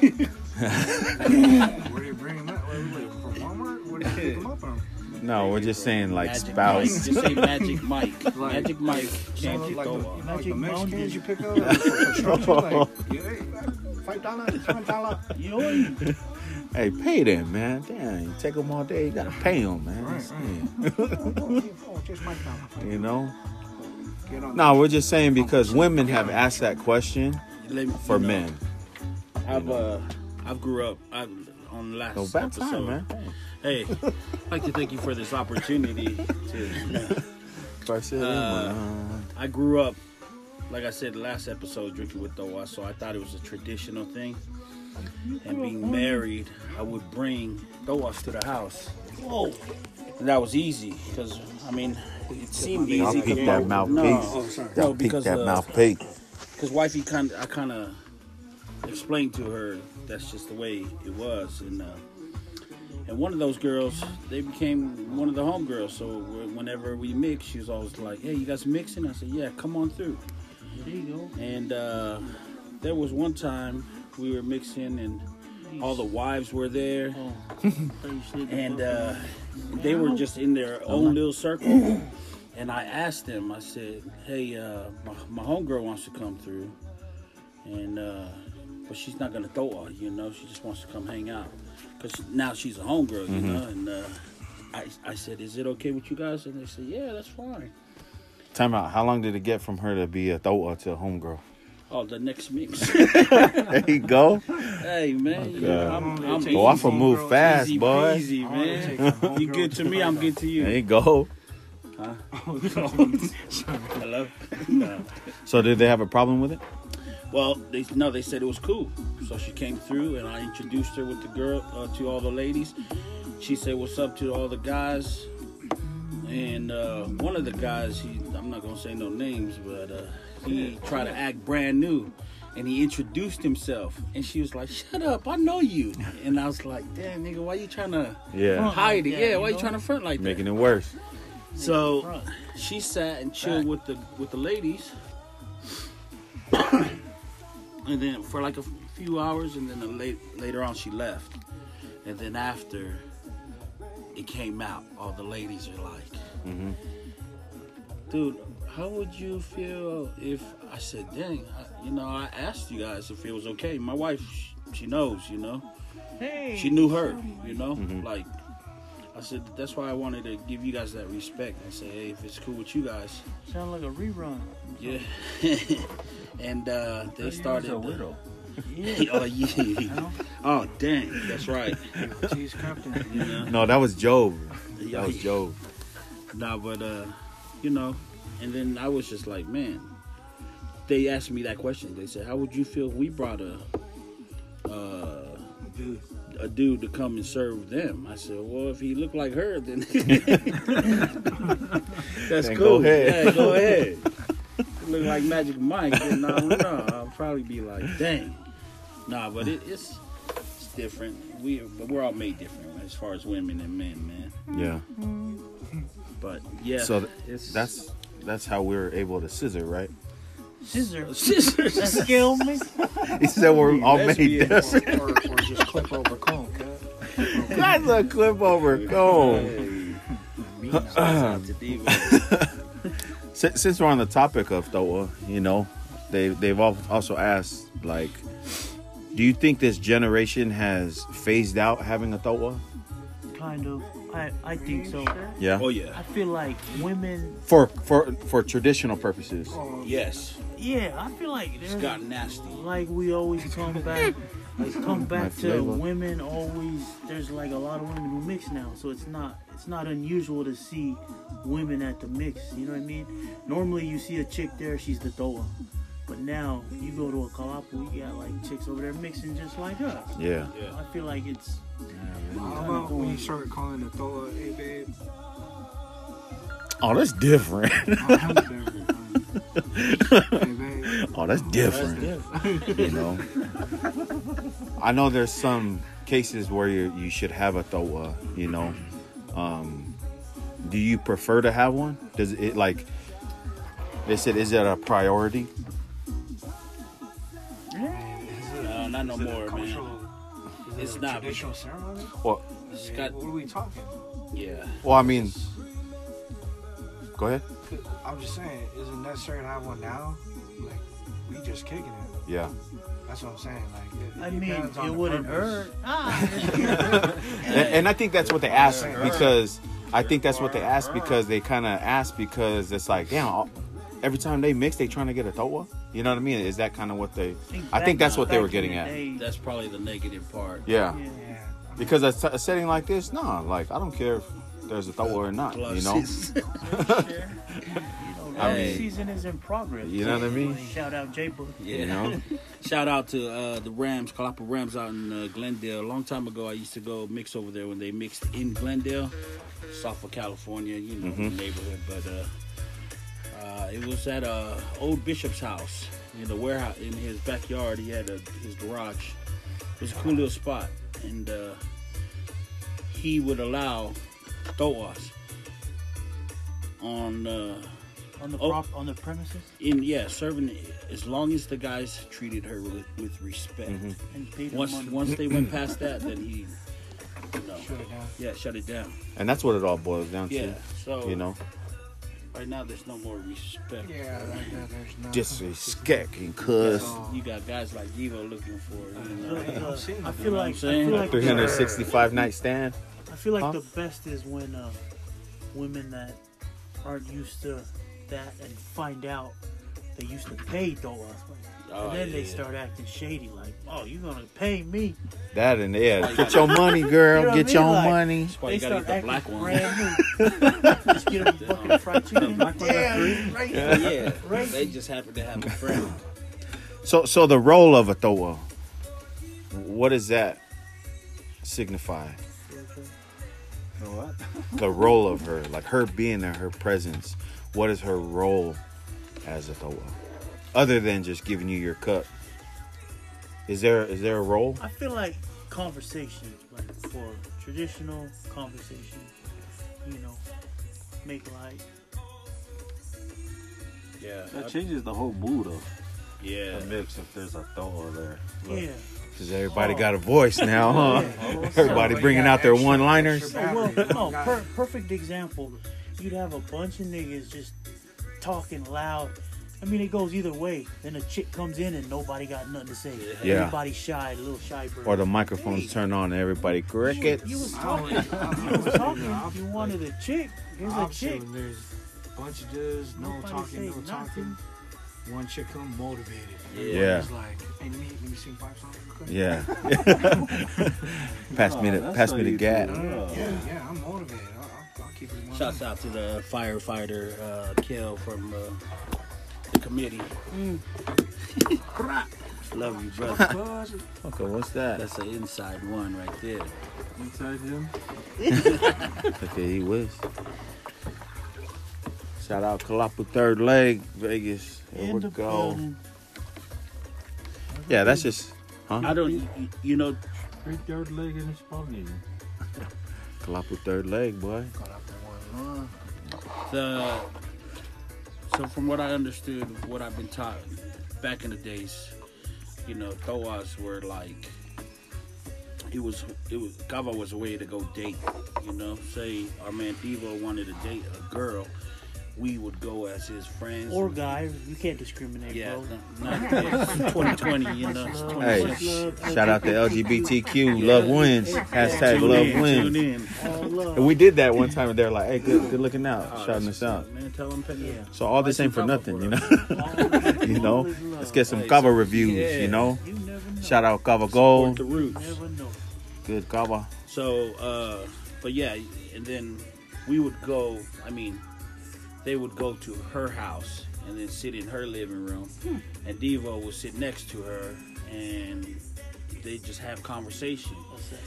Speaker 3: God, go on. Where do you bring him up? Where do you- From Walmart? Where do you pick him up from?
Speaker 7: No, we're just saying like
Speaker 8: Magic Mike.
Speaker 7: spouse.
Speaker 8: Just say Magic Mike.
Speaker 3: Like-
Speaker 8: Magic Mike can't
Speaker 3: So,
Speaker 8: be
Speaker 3: like, the,
Speaker 8: Thor.
Speaker 3: like the
Speaker 4: Magic Mountain.
Speaker 3: Mexicans you pick up for construction, like, yeah, five dollars, seven dollars.
Speaker 4: Yo, you
Speaker 7: Hey, pay them, man. Damn, you take them all day. You gotta pay them, man.
Speaker 3: Right,
Speaker 7: Yeah.
Speaker 3: Oh, Just my dollar.
Speaker 7: You know?
Speaker 3: Get on.
Speaker 7: No, we're just saying because women have asked that question
Speaker 8: Let me-
Speaker 7: for
Speaker 8: you know,
Speaker 7: men.
Speaker 8: I've uh, I've grew up. I on the last
Speaker 7: No back
Speaker 8: episode.
Speaker 7: time, man.
Speaker 8: Hey, I'd like to thank you for this opportunity to.
Speaker 7: First of
Speaker 8: Uh,
Speaker 7: all,
Speaker 8: I grew up, like I said last episode, drinking with Doa, so I thought it was a traditional thing. And being married, I would bring Doa to the house. Whoa! And that was easy, because, I mean, it seemed easy.
Speaker 7: Y'all peep
Speaker 8: because-
Speaker 7: that mouthpiece.
Speaker 8: No, oh,
Speaker 7: y'all
Speaker 8: no,
Speaker 7: pick
Speaker 8: because
Speaker 7: that
Speaker 8: uh,
Speaker 7: mouthpiece.
Speaker 8: because wifey kind I kind of explained to her that's just the way it was, and uh, and one of those girls they became one of the homegirls. So wh- whenever we mixed, she was always like, "Hey, you guys mixing?" I said, "Yeah, come on through."
Speaker 4: there you go.
Speaker 8: And uh, there was one time we were mixing, and all the wives were there,
Speaker 4: Oh, I thought you said the
Speaker 8: and
Speaker 4: fucking-
Speaker 8: uh, they were just in their own little circle. And I asked them, I said, "Hey, uh, my, my homegirl wants to come through, and uh, but she's not gonna throw her, you know. She just wants to come hang out, cause now she's a homegirl, you know." And uh, I, I said, "Is it okay with you guys?" And they said, "Yeah, that's fine."
Speaker 7: Time out. How long did it get from her to be a throw to a homegirl?
Speaker 8: Oh, the next mix.
Speaker 7: There you go.
Speaker 8: hey man, you know, I'm, I'm
Speaker 3: Okay.
Speaker 8: easy,
Speaker 7: Oh, I for move
Speaker 3: homegirl,
Speaker 7: fast,
Speaker 8: easy
Speaker 7: boy.
Speaker 8: peasy,
Speaker 3: I wanna take
Speaker 8: man.
Speaker 3: a homegirl
Speaker 8: You good to me, I'm good to
Speaker 7: There
Speaker 8: you.
Speaker 7: you go.
Speaker 8: Hello. No.
Speaker 7: So did they have a problem with it?
Speaker 8: Well, they no, they said it was cool. So she came through, and I introduced her with the girl uh, to all the ladies. She said, "What's up?" to all the guys, and uh, one of the guys, he I'm not gonna say no names, but uh, he tried to act brand new, and he introduced himself, and she was like, "Shut up, I know you," and I was like, "Damn, nigga, why you trying to
Speaker 7: Yeah.
Speaker 8: hide it?
Speaker 4: Yeah,
Speaker 8: Yeah,
Speaker 4: you
Speaker 8: why you
Speaker 4: know.
Speaker 8: trying to front like that?"
Speaker 7: Making it worse.
Speaker 8: So she sat and chilled with the with the ladies, and then for like a f- few hours, and then the late, later on she left, and then after it came out, all the ladies are like, "Dude, how would you feel if I said, dang, I, you know, I asked you guys if it was okay. My wife, sh- she knows, you know." she knew her, you know. Like I said, that's why I wanted to give you guys that respect and say, hey, if it's cool with you guys,
Speaker 4: Sound like a rerun.
Speaker 8: yeah. and uh, they started. the-
Speaker 4: Yeah.
Speaker 8: oh yeah. oh dang, that's right.
Speaker 3: Jeez, Captain.
Speaker 8: You know?
Speaker 7: No, that was Job. That was Job.
Speaker 8: Nah, but uh, you know, and then I was just like, man, they asked me that question. They said, how would you feel if we brought a uh,
Speaker 3: Dude.
Speaker 8: a dude to come and serve them? I said, well, if he looked like her, then that's
Speaker 7: Then go
Speaker 8: cool.
Speaker 7: ahead.
Speaker 8: Yeah, go ahead. Look like Magic Mike, then no, no, I'll probably be like, dang. Nah, but it, it's it's different. We but we're all made different as far as women and men, man.
Speaker 3: Mm.
Speaker 7: Yeah.
Speaker 8: But yeah,
Speaker 7: So th-
Speaker 8: it's
Speaker 7: That's that's how we were able to scissor, right?
Speaker 4: Scissor.
Speaker 8: scissors.
Speaker 4: Skill me.
Speaker 7: He said we're all made
Speaker 8: lesbian.
Speaker 7: different.
Speaker 3: or, or just clip over comb.
Speaker 7: That's a clip over comb. Since, since we're on the topic of Doha, you know, they they've al- also asked like, do you think this generation has phased out having a Doha?
Speaker 4: Kind of. I, I think so.
Speaker 7: Yeah.
Speaker 8: oh yeah,
Speaker 4: I feel like women.
Speaker 7: For for for traditional purposes.
Speaker 8: Oh, yes,
Speaker 4: Yeah, I feel like
Speaker 8: it's
Speaker 4: there's
Speaker 8: got nasty.
Speaker 4: like we always come back like come
Speaker 7: My
Speaker 4: back to
Speaker 7: flavor.
Speaker 4: women always there's like a lot of women who mix now so it's not it's not unusual to see women at the mix you know what i mean normally you see a chick there she's the doa but now you go to a kalapu you got like chicks over there mixing just like us
Speaker 7: Yeah.
Speaker 8: Yeah.
Speaker 4: i feel like it's
Speaker 3: How about when you started calling the Thola, hey babe?
Speaker 7: Oh, that's different.
Speaker 3: Oh, hell, babe. hey babe.
Speaker 7: Oh, that's different. you know, I know there's some cases where you you should have a thoa. You know, um, do you prefer to have one? Does it like? They said, is it a priority?
Speaker 8: No, not no
Speaker 3: Is it a
Speaker 8: more, man.
Speaker 3: cultural- is it
Speaker 8: It's
Speaker 3: a
Speaker 8: not-
Speaker 3: traditional ceremony.
Speaker 7: Well,
Speaker 8: It's
Speaker 3: I mean,
Speaker 8: got-
Speaker 3: what are we talking?
Speaker 8: Yeah,
Speaker 7: well, I mean, go ahead.
Speaker 3: I'm just saying, is it necessary to have one now? Like, we just kicking it.
Speaker 7: Yeah,
Speaker 3: That's what I'm saying. Like, it,
Speaker 4: i
Speaker 3: it
Speaker 4: mean
Speaker 3: depends on
Speaker 4: it
Speaker 3: the
Speaker 4: wouldn't
Speaker 3: purpose.
Speaker 4: hurt ah,
Speaker 7: and, and I think that's what they asked because I think that's what they asked because they kind of asked because it's like, damn. all- Every time they mix, they trying to get a thoa. You know what I mean? Is that kind of what they? I think that's what they were
Speaker 4: back in
Speaker 7: getting
Speaker 4: the
Speaker 7: at.
Speaker 4: day,
Speaker 8: that's probably the negative part.
Speaker 7: Yeah.
Speaker 4: yeah.
Speaker 3: Yeah.
Speaker 7: Because a, a setting like this, nah, like I don't care if there's a thrower or not, you know. I
Speaker 4: That
Speaker 7: mean-
Speaker 4: season is in progress
Speaker 7: You know what I mean?
Speaker 4: shout out j book
Speaker 8: yeah.
Speaker 7: You know,
Speaker 8: Shout out to uh, the Rams, Kalapa Rams out in uh, Glendale. A long time ago, I used to go mix over there when they mixed in Glendale, South of California, you know,
Speaker 7: Mm-hmm.
Speaker 8: the neighborhood. But uh, uh, it was at uh, old Bishop's house in the warehouse in his backyard. He had a, his garage. It was a cool little spot, and uh, he would allow throwas on. Uh,
Speaker 4: on the
Speaker 8: Oh.
Speaker 4: prop on the premises
Speaker 8: in yeah, serving as long as the guys treated her with, with respect.
Speaker 7: Mm-hmm.
Speaker 4: and paid them
Speaker 8: Once
Speaker 4: money.
Speaker 8: once they went past that, then he, you know,
Speaker 3: Shut it down.
Speaker 8: yeah, shut it down.
Speaker 7: and that's what it all boils down to.
Speaker 8: Yeah, so
Speaker 7: You know,
Speaker 8: right now there's no more respect.
Speaker 3: Yeah, like that, there's no.
Speaker 7: disrespect and cuss.
Speaker 3: So,
Speaker 8: You got guys like Evo looking for, you
Speaker 4: Look,
Speaker 8: know,
Speaker 3: ain't
Speaker 4: uh,
Speaker 3: seen
Speaker 4: I
Speaker 3: it,
Speaker 4: feel
Speaker 8: what I'm
Speaker 4: like I
Speaker 8: saying?
Speaker 4: feel like, the,
Speaker 7: 365 night stand.
Speaker 4: I feel like
Speaker 7: huh?
Speaker 4: the best is when uh, women that aren't used to that and find out they used to pay dollars,
Speaker 8: Oh,
Speaker 4: and then they
Speaker 8: yeah.
Speaker 4: start acting shady, like, "Oh, you're gonna pay me?"
Speaker 7: That and yeah, get your money, girl.
Speaker 4: You know what
Speaker 7: get
Speaker 4: I mean?
Speaker 7: your
Speaker 4: Like-
Speaker 7: money.
Speaker 8: that's why
Speaker 4: they
Speaker 8: you gotta
Speaker 4: start
Speaker 8: get
Speaker 4: acting
Speaker 8: the black one.
Speaker 4: brand new. Just get a bucket of fried chicken.
Speaker 3: Damn, right.
Speaker 8: yeah,
Speaker 4: Right.
Speaker 8: they just happen to have a friend.
Speaker 7: So, so the role of a thrower. What does that signify?
Speaker 6: The what?
Speaker 7: The role of her, like her being there, her presence. What is her role as a thrower, other than just giving you your cup? Is there is there a role?
Speaker 4: I feel like conversation, like for traditional conversation, you know, make light.
Speaker 8: Yeah,
Speaker 6: That changes the whole mood of
Speaker 8: yeah.
Speaker 6: the mix if there's a thrower there.
Speaker 4: Yeah.
Speaker 7: Because everybody
Speaker 6: Oh.
Speaker 7: got a voice now, huh? Everybody
Speaker 3: But
Speaker 7: bringing
Speaker 3: yeah,
Speaker 7: out their
Speaker 3: extra-
Speaker 7: one liners.
Speaker 3: extra
Speaker 4: Oh, well,
Speaker 3: battery.
Speaker 4: no,
Speaker 3: Got
Speaker 4: per-
Speaker 3: it.
Speaker 4: perfect example. You'd have a bunch of niggas just talking loud. I mean, it goes either way. Then a chick comes in and nobody got nothing to say.
Speaker 7: Yeah.
Speaker 4: Everybody's shy, a little shy bird.
Speaker 7: Or the microphones turn on and everybody crickets.
Speaker 4: You was
Speaker 3: I always-
Speaker 4: talking.
Speaker 3: I always
Speaker 4: You
Speaker 3: do
Speaker 4: was
Speaker 3: the
Speaker 4: talking.
Speaker 3: opposite.
Speaker 4: You wanted a chick. Here's a
Speaker 3: Opposite
Speaker 4: chick.
Speaker 3: when There's a bunch of dudes, no
Speaker 4: Nobody
Speaker 3: talking,
Speaker 4: say
Speaker 3: no talking.
Speaker 4: nothing.
Speaker 3: One chick come motivated.
Speaker 7: Yeah.
Speaker 3: He's like, hey, let me, let me sing five songs. real quick."
Speaker 7: Yeah. pass me the
Speaker 6: Oh, that's
Speaker 7: pass
Speaker 6: how
Speaker 7: me the
Speaker 6: you do
Speaker 7: gat.
Speaker 6: it.
Speaker 3: Yeah, yeah, I'm motivated. I, I'll keep it one.
Speaker 8: Shouts out to the firefighter uh, Kel from uh, the committee. Crap. Love you, brother.
Speaker 7: Okay, what's that?
Speaker 8: That's an inside one right there.
Speaker 6: Inside him?
Speaker 7: Okay, he whisked. Shout out Kalapa Third Leg, Vegas. There
Speaker 4: In
Speaker 7: we
Speaker 4: the
Speaker 7: go.
Speaker 4: building.
Speaker 7: Yeah, that's just
Speaker 8: I
Speaker 7: huh?
Speaker 8: don't, you, you know,
Speaker 6: Great third leg in his pony.
Speaker 7: Kalapa Third Leg, boy.
Speaker 3: Got up to one lung.
Speaker 8: the. So from what I understood, what I've been taught back in the days, you know, Thoas were like, it was, it was, Gava was a way to go date. You know, say our man Devo wanted to date a girl, we would go as his friends.
Speaker 4: Or guy, you can't discriminate,
Speaker 8: Yeah,
Speaker 4: bro.
Speaker 8: no, no, yeah, 2020, you know. it's
Speaker 4: Love,
Speaker 7: Hey,
Speaker 8: 26.
Speaker 4: love,
Speaker 7: Shout out to LGBTQ. Love wins. Hashtag
Speaker 8: Tune in,
Speaker 7: love
Speaker 8: Tune
Speaker 7: wins.
Speaker 8: in. Oh,
Speaker 4: all love.
Speaker 7: And we did that one time, and they're like, "Hey, good, good looking out, shouting us out."
Speaker 8: Man, tell them, Penny.
Speaker 4: Yeah.
Speaker 7: So all this ain't for nothing, you know.
Speaker 4: All-
Speaker 7: you
Speaker 4: all
Speaker 7: know,
Speaker 4: is love.
Speaker 7: let's get some
Speaker 8: Hey,
Speaker 7: Cava reviews.
Speaker 8: yeah.
Speaker 7: You know,
Speaker 4: You never know.
Speaker 7: shout out Cava
Speaker 8: Support
Speaker 7: Gold,
Speaker 8: the roots.
Speaker 4: Never know.
Speaker 7: good Cava.
Speaker 8: So, uh, but yeah, and then we would go. I mean, they would go to her house and then sit in her living room, and Devo would sit next to her, and they just have conversation.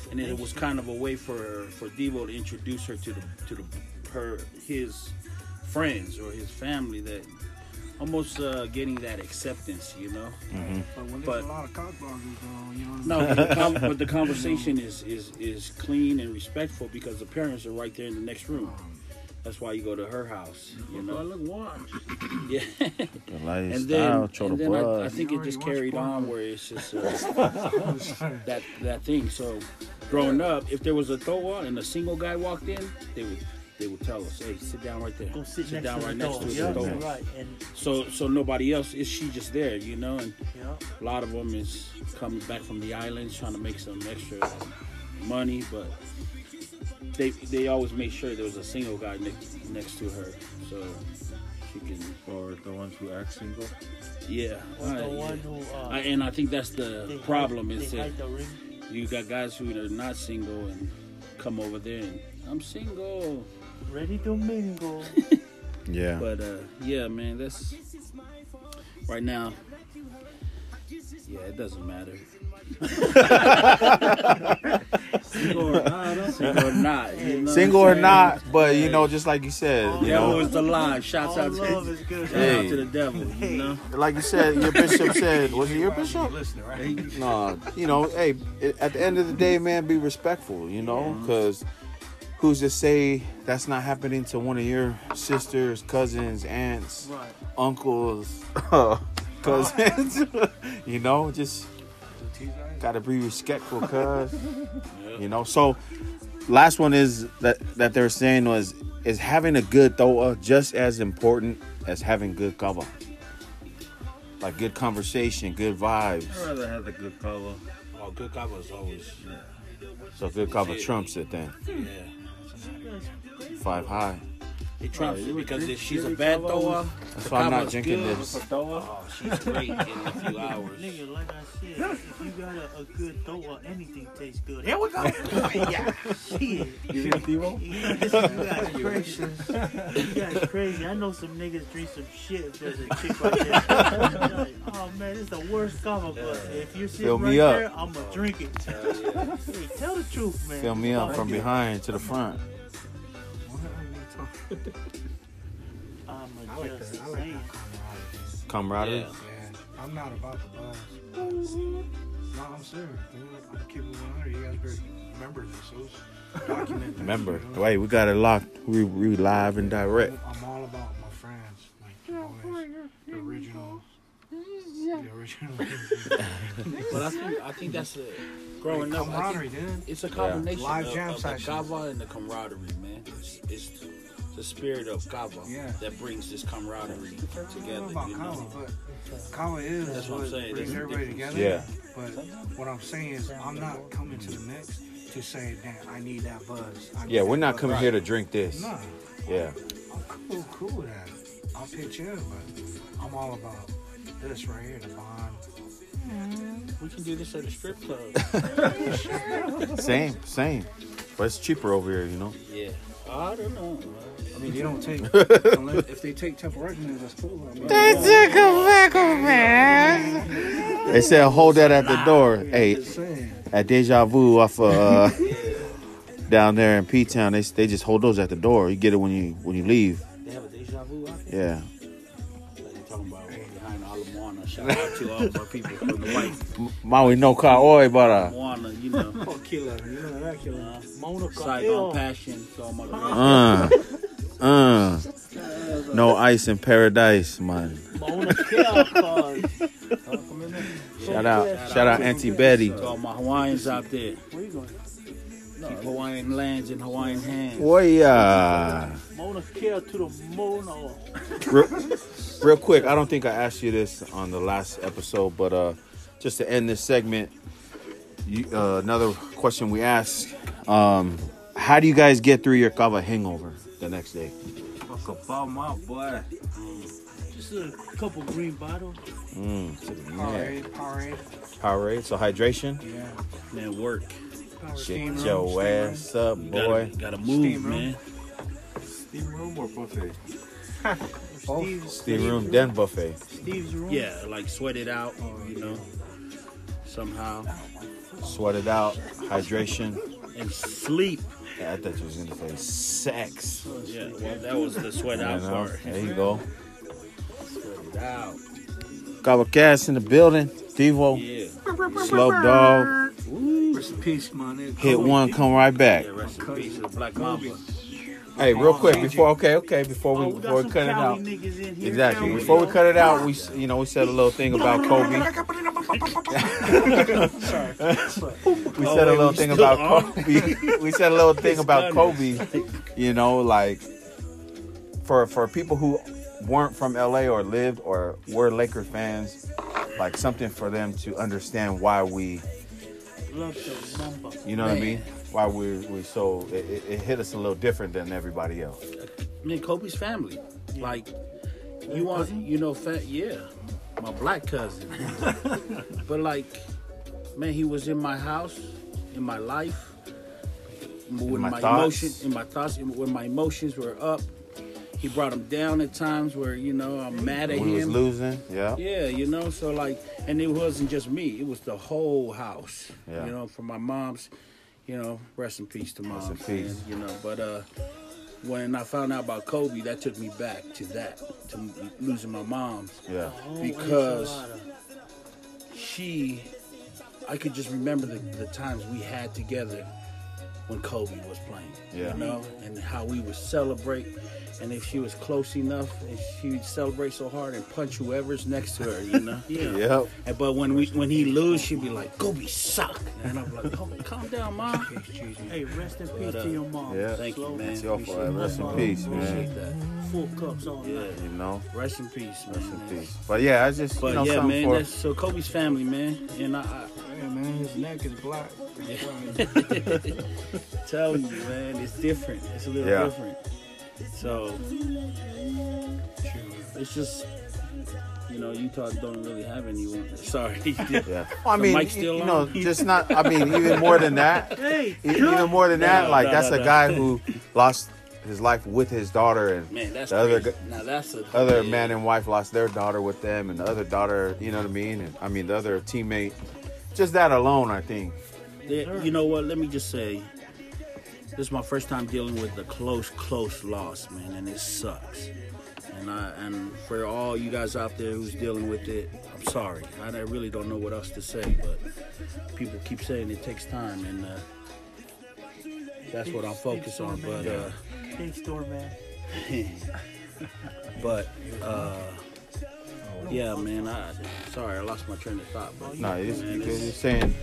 Speaker 8: And then it was kind of a way for for Devo to introduce her to the to the her his friends or his family that almost uh, getting that acceptance, you know.
Speaker 3: But when there's
Speaker 8: But-
Speaker 3: a lot of cock bloggers going, you know what I mean?
Speaker 8: No, but the, com- but the conversation is, is is clean and respectful because the parents are right there in the next room. That's why you go to her house, you know.
Speaker 3: look watch.
Speaker 8: Yeah,
Speaker 7: The lifestyle,
Speaker 8: and then,
Speaker 7: Chota
Speaker 8: and then I, I
Speaker 7: Buzz.
Speaker 8: think it just carried on where it's just uh, that that thing. So, growing up, if there was a Thoa and a single guy walked in, they would they would tell us, "Hey, sit down right there.
Speaker 4: Go sit, next
Speaker 8: down
Speaker 4: to
Speaker 8: right
Speaker 4: the
Speaker 8: next
Speaker 4: dog.
Speaker 8: to
Speaker 4: yeah,
Speaker 8: the Thoa."
Speaker 4: right. And
Speaker 8: So so nobody else is she just there, you know, and.
Speaker 4: yeah,
Speaker 8: A lot of them is coming back from the islands trying to make some extra money, but they they always made sure there was a single guy next next to her, so she can
Speaker 6: Or the ones who act single.
Speaker 8: yeah.
Speaker 4: or the
Speaker 8: Uh,
Speaker 4: one
Speaker 8: yeah.
Speaker 4: who uh,
Speaker 8: I, and I think that's
Speaker 4: they
Speaker 8: the
Speaker 4: hide-
Speaker 8: problem
Speaker 4: they
Speaker 8: is that
Speaker 4: hide the ring.
Speaker 8: you got guys who are not single and come over there and I'm single,
Speaker 4: ready to mingle.
Speaker 7: Yeah,
Speaker 8: but uh, yeah, man, that's right now. Yeah, it doesn't matter.
Speaker 6: Single or not, that's
Speaker 8: Single or not, you know
Speaker 7: single
Speaker 8: what
Speaker 7: or
Speaker 8: I'm saying?
Speaker 7: not, but you know, just like you said, you
Speaker 8: Devil
Speaker 7: know,
Speaker 8: is the lie. Shouts
Speaker 4: all
Speaker 8: out to,
Speaker 4: love
Speaker 8: shout
Speaker 4: is good.
Speaker 7: Hey.
Speaker 8: out to the devil. You know,
Speaker 7: like you said, your bishop said, was it your bishop?
Speaker 3: Listen, right?
Speaker 7: No, you know, hey, it- at the end of the day, man, be respectful, you know, because who's to say that's not happening to one of your sisters, cousins, aunts,
Speaker 4: Right.
Speaker 7: uncles, cousins? you know, just gotta be respectful, cuz, you know. So, last one is that that they're saying was is having a good thoa just as important as having good cover. Like good conversation, good vibes.
Speaker 6: I'd rather have the good color.
Speaker 8: oh, good God was always
Speaker 7: So good cover trumps it then.
Speaker 8: yeah.
Speaker 7: Five high.
Speaker 8: It trumps it because if she's a bad thrower,
Speaker 7: That's why I'm not
Speaker 8: Kava's
Speaker 7: drinking
Speaker 8: good.
Speaker 7: this.
Speaker 8: Oh, she's great in a few hours.
Speaker 4: Nigga, like I said, if you got a, a good throw or anything tastes good. Here we go. yeah. Shit.
Speaker 6: You think Devo?
Speaker 4: Yeah, this is- You guys crazy. You guys crazy. I know some niggas drink some shit if there's a chick right there. Like, oh man, it's the worst combo. But if you're sitting
Speaker 7: Fill
Speaker 4: right
Speaker 7: me
Speaker 4: there,
Speaker 7: up.
Speaker 4: I'ma drink it. Hey, tell the truth, man.
Speaker 7: Fill me up from behind to the front.
Speaker 4: I'ma
Speaker 3: I like
Speaker 4: just
Speaker 3: that. I like
Speaker 4: saying.
Speaker 3: that camaraderie.
Speaker 7: Camaraderie.
Speaker 8: Yeah.
Speaker 3: Man, I'm not about the buzz. No, I'm serious. dude. I'm keeping it 100. You guys better remember this. Those document this,
Speaker 7: Remember,
Speaker 3: you know?
Speaker 7: wait, we got it locked. We we live and direct.
Speaker 3: I'm all about my friends. Like, always, the original. The original.
Speaker 8: But I think I think that's a growing up. I think
Speaker 3: camaraderie, dude.
Speaker 8: it's a combination
Speaker 3: Live
Speaker 8: of,
Speaker 3: jam
Speaker 8: of the
Speaker 3: sessions.
Speaker 8: Gava and the camaraderie, man. It's, it's the, the spirit of Gava
Speaker 3: Yeah.
Speaker 8: that brings this
Speaker 3: I
Speaker 8: camaraderie
Speaker 3: don't
Speaker 8: together.
Speaker 3: know about Kawa,
Speaker 8: You know?
Speaker 3: but Kawa is
Speaker 8: That's what
Speaker 3: what,
Speaker 8: I'm saying.
Speaker 3: brings
Speaker 8: There's a
Speaker 3: everybody
Speaker 8: difference.
Speaker 3: together.
Speaker 7: Yeah.
Speaker 3: But what I'm saying is, I'm not coming to the mix to say, damn, I need that buzz. I need
Speaker 7: Yeah,
Speaker 3: that
Speaker 7: we're not
Speaker 3: buzz."
Speaker 7: coming here to drink this.
Speaker 3: No,
Speaker 7: Yeah.
Speaker 3: I'm cool, cool with that. I'll pitch in, but I'm all about this right here, the bond.
Speaker 8: We can do this at a strip club.
Speaker 7: Same, same. But it's cheaper over here, you know.
Speaker 8: yeah. I don't know.
Speaker 3: I mean, they don't take. unless, if they take temporarily, that's cool. I mean,
Speaker 7: They said hold that at the door. Hey,
Speaker 3: just saying.
Speaker 7: at Deja Vu off of, uh, down there in P Town, they they just hold those at the door. You get it when you when you leave.
Speaker 8: They have a deja vu out
Speaker 7: Yeah.
Speaker 8: there. Like they're talking about behind all of Moana. Shout out to all of our people from the white
Speaker 7: Maui no ka oi bara.
Speaker 8: Moana, you know.
Speaker 3: Oh, killer. You know that killer.
Speaker 8: Uh,
Speaker 4: Mona
Speaker 8: Saigon
Speaker 4: Cartel.
Speaker 8: passion to all my girls.
Speaker 7: Uh, uh. No ice in paradise, man.
Speaker 4: Mona Cartel.
Speaker 7: Shout out, shout out, Auntie Betty.
Speaker 8: To all my Hawaiians out there.
Speaker 4: Where you going?
Speaker 8: Keep Hawaiian lands in Hawaiian hands.
Speaker 7: Oya.
Speaker 4: Mona Cartel to the Mona.
Speaker 7: Real, real quick, I don't think I asked you this on the last episode, but uh, just to end this segment, you, uh, another question we asked: um, How do you guys get through your kava hangover the next day?
Speaker 6: Fuck about my boy.
Speaker 4: Just a couple green bottles.
Speaker 7: Mm,
Speaker 3: Powerade, Powerade.
Speaker 7: yeah. Powerade, so hydration.
Speaker 3: Yeah.
Speaker 8: Man, work.
Speaker 3: Power steam
Speaker 7: Get
Speaker 3: room, steam
Speaker 7: your ass up, boy.
Speaker 8: Gotta, gotta move, man.
Speaker 6: Steam room or buffet?
Speaker 4: Steve's,
Speaker 7: Steam room, then buffet.
Speaker 4: Steve's room.
Speaker 8: Yeah, like sweat it out, you know, somehow.
Speaker 7: Sweat it out, hydration.
Speaker 8: And sleep.
Speaker 7: Yeah, I thought you was gonna say sex.
Speaker 8: Yeah, well, that was the sweat
Speaker 7: You
Speaker 8: out
Speaker 7: know?
Speaker 8: part.
Speaker 7: There you go.
Speaker 8: Sweat it out.
Speaker 7: Kava Cass in the building. Devo,
Speaker 8: Yeah.
Speaker 7: Slope Dog.
Speaker 3: room. Rest in peace, my nigga.
Speaker 7: Hit one, come right back.
Speaker 8: Yeah, rest in peace to the Black Mamba.
Speaker 7: Hey, real quick before okay, okay before we
Speaker 4: Oh, we got
Speaker 7: before we
Speaker 4: some
Speaker 7: cut it
Speaker 4: Cali
Speaker 7: out.
Speaker 4: niggas in here.
Speaker 7: Exactly.
Speaker 4: There we
Speaker 7: Before we
Speaker 4: go.
Speaker 7: cut it out, we s- you know we said a little thing about Kobe. We said a little thing about Kobe. We said a little thing about Kobe. You know, like for for people who weren't from LA or lived or were Laker fans, like something for them to understand why we
Speaker 4: Love the mamba.
Speaker 7: you know what I mean? Why we we so it, it- it hit us a little different than everybody else.
Speaker 8: Me and Kobe's family. Like, you want, you know, fat, yeah, my black cousin. but like, man, he was in my house, in my life, when
Speaker 7: my
Speaker 8: my,
Speaker 7: thoughts.
Speaker 8: emotions, in my thoughts, and when my emotions were up. He brought them down at times where you know I'm mad at
Speaker 7: We was
Speaker 8: him.
Speaker 7: losing, yeah.
Speaker 8: Yeah, you know, so like, and it wasn't just me; it was the whole house.
Speaker 7: Yeah.
Speaker 8: You know, from my mom's. You know, rest in peace to mom.
Speaker 7: in peace.
Speaker 8: man, you know, but uh, when I found out about Kobe, that took me back to that, to m- losing my mom's
Speaker 7: Yeah.
Speaker 4: Oh,
Speaker 8: Because-
Speaker 4: enchilada.
Speaker 8: she I could just remember the, the times we had together when Kobe was playing.
Speaker 7: Yeah.
Speaker 8: You know, and how we would celebrate and if she was close enough and she would celebrate so hard and punch whoever's next to her, you know? yeah.
Speaker 7: Yep.
Speaker 8: And, but when we when he lose, she'd be like, Kobe suck and I'm like, oh, calm down, mom.
Speaker 4: hey, rest in peace
Speaker 8: But, uh,
Speaker 4: to your mom.
Speaker 7: yeah.
Speaker 8: Thank you,
Speaker 4: Slow-
Speaker 8: man.
Speaker 7: It's your
Speaker 8: Appreciate
Speaker 7: fault.
Speaker 8: that.
Speaker 7: Rest in
Speaker 4: Mama.
Speaker 7: peace,
Speaker 8: Appreciate
Speaker 7: man.
Speaker 8: that.
Speaker 4: Full cups all night.
Speaker 8: Yeah.
Speaker 7: You know,
Speaker 8: Rest in peace, man.
Speaker 7: rest in peace. But yeah, I just
Speaker 8: But
Speaker 7: you know
Speaker 8: yeah,
Speaker 7: something
Speaker 8: man,
Speaker 7: for
Speaker 8: that's so Kobe's family, man. And I, I
Speaker 3: Yeah, man, his neck is black. That's why.
Speaker 8: telling you, man, it's different. It's a little
Speaker 7: Yeah.
Speaker 8: different. So it's just, you know, Utah don't really have anyone. Sorry.
Speaker 7: yeah. Well, I
Speaker 8: The
Speaker 7: mean,
Speaker 8: mic's
Speaker 7: you-
Speaker 8: still
Speaker 7: you
Speaker 8: on?
Speaker 7: know, just not. I mean, even more than that.
Speaker 4: Hey,
Speaker 7: e- Even more than that,
Speaker 8: No,
Speaker 7: like
Speaker 8: no,
Speaker 7: that's
Speaker 8: no,
Speaker 7: a
Speaker 8: no.
Speaker 7: guy who lost his life with his daughter, and
Speaker 8: man, that's
Speaker 7: the other
Speaker 8: crazy.
Speaker 7: gu-
Speaker 8: now that's a
Speaker 7: other
Speaker 8: yeah.
Speaker 7: man and wife lost their daughter with them, and the other daughter, you know what I mean? And I mean, the other teammate. Just that alone, I think.
Speaker 8: Yeah, you know what? Let me just say, this is my first time dealing with a close, close loss, man, and it sucks. And I and for all you guys out there who's dealing with it, I'm sorry. I, I really don't know what else to say, but people keep saying it takes time, and uh, that's what I'm focused on. But uh,
Speaker 4: thanks, doorman.
Speaker 8: but uh, yeah, man. I sorry, I lost my train of thought, but
Speaker 7: No, it's,
Speaker 8: man,
Speaker 7: because
Speaker 8: it's-
Speaker 7: you're saying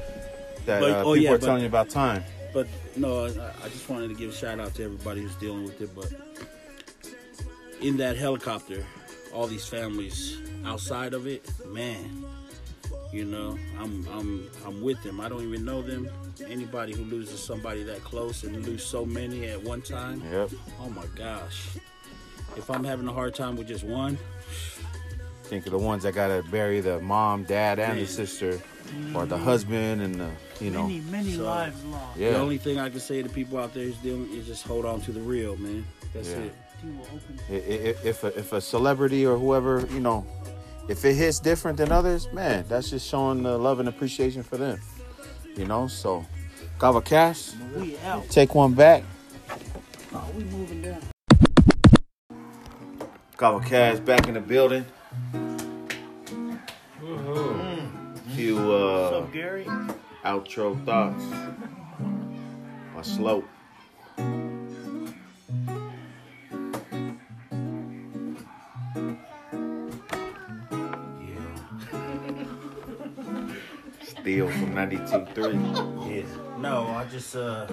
Speaker 7: that
Speaker 8: But-
Speaker 7: uh,
Speaker 8: oh,
Speaker 7: people
Speaker 8: yeah,
Speaker 7: are telling
Speaker 8: but-
Speaker 7: you about time.
Speaker 8: But no, I, I just wanted to give a shout out to everybody who's dealing with it. But in that helicopter, all these families outside of it, man, you know, I'm I'm I'm with them. I don't even know them. Anybody who loses somebody that close and lose so many at one time,
Speaker 7: Yep.
Speaker 8: oh my gosh. If I'm having a hard time with just one,
Speaker 7: Think of the ones that gotta bury the mom, dad, and the
Speaker 8: Man.
Speaker 7: sister, or the husband and the
Speaker 1: You know,
Speaker 7: many, many
Speaker 8: so-
Speaker 7: lives lost.
Speaker 1: yeah,
Speaker 8: The only thing I can say to people out there is, them, is just hold on to the real, man. That's
Speaker 1: Yeah.
Speaker 8: it.
Speaker 7: He will open
Speaker 1: I- i- i- if a, if a celebrity or whoever you know if it hits different than others man that's just showing the love and appreciation for them you know so Gava Cash
Speaker 7: We out.
Speaker 1: take one back
Speaker 7: Oh, we moving down.
Speaker 1: Gava Cash back in the building few
Speaker 7: What's
Speaker 1: uh
Speaker 7: up, Gary?
Speaker 1: outro thoughts or slope Steal from 92.3.
Speaker 8: Yeah. No, I just uh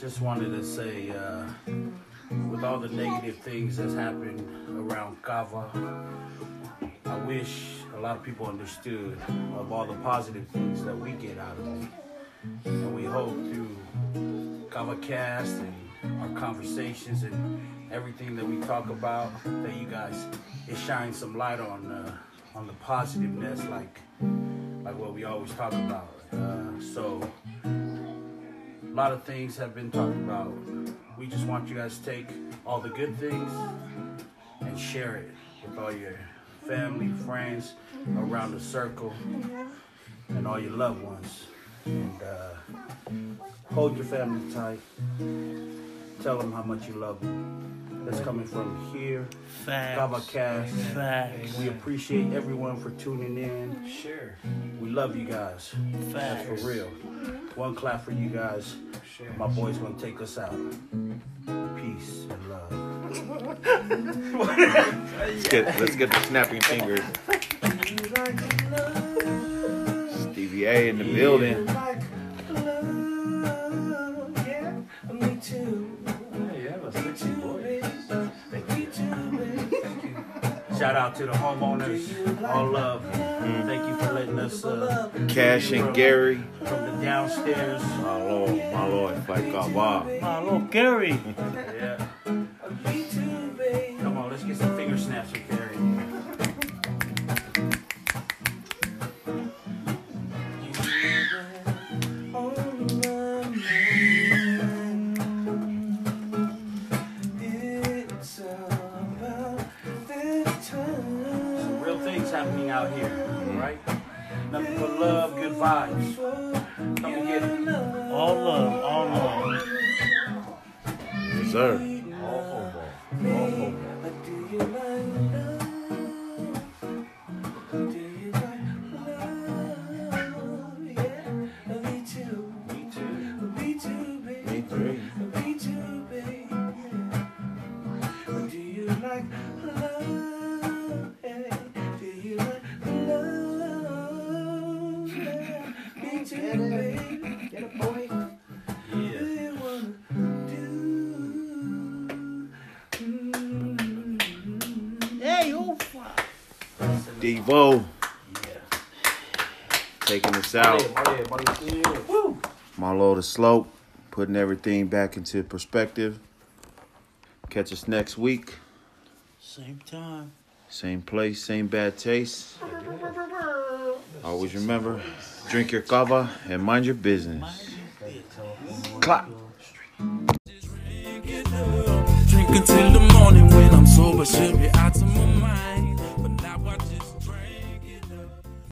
Speaker 8: just wanted to say uh with all the negative things that's happened around Kava, I wish a lot of people understood of all the positive things that we get out of it. And we hope through Kava Cast and our conversations and everything that we talk about that you guys it shines some light on uh, on the positiveness like like what we always talk about. Uh, so, a lot of things have been talked about. We just want you guys to take all the good things and share it with all your family, friends, around the circle, and all your loved ones. And uh, hold your family tight. Tell them how much you love them. That's coming from here, Gaba
Speaker 7: Facts.
Speaker 8: Cast.
Speaker 7: Facts.
Speaker 8: We appreciate everyone for tuning in.
Speaker 4: Sure.
Speaker 8: We love you guys. That's for
Speaker 7: Facts.
Speaker 8: real. One clap for you guys.
Speaker 4: Sure.
Speaker 8: My boy's gonna take us out. Peace and love.
Speaker 1: Let's get, let's get the snapping fingers. Stevie A in the building.
Speaker 4: Like love, yeah, me too.
Speaker 9: Hey, you have a sexy voice.
Speaker 4: Me too.
Speaker 8: Shout out to the homeowners. All love. Thank you for letting us uh,
Speaker 1: Cash and Gary.
Speaker 8: from the downstairs.
Speaker 1: My lord, my lord, like Gava.
Speaker 7: Hello, Gary.
Speaker 8: Yeah.
Speaker 4: Me too, babe.
Speaker 8: Come on, let's get some finger snaps with Gary.
Speaker 4: It's about that time.
Speaker 8: Some real things happening out here, right? Nothing but love, good vibes. Come and get it.
Speaker 7: All love. All love.
Speaker 1: Yes, sir.
Speaker 4: Do you like love? Do you like love? Yeah, me too.
Speaker 8: Me too.
Speaker 4: Me too, babe.
Speaker 1: Me three.
Speaker 4: Me too, babe. Do you like love? Hey, do you like love? Yeah, me too, babe. Get a boy.
Speaker 8: Yeah.
Speaker 4: Do you wanna do? Mm.
Speaker 7: Hey, oh, fuck.
Speaker 1: Devo. Taking us out. My lord of slope. Putting everything back into perspective. Catch us next week.
Speaker 7: Same time.
Speaker 1: Same place, same bad taste. Always remember, drink your kava and mind your business. Clap.
Speaker 2: Drink until the morning when I'm sober, should be out of my mind.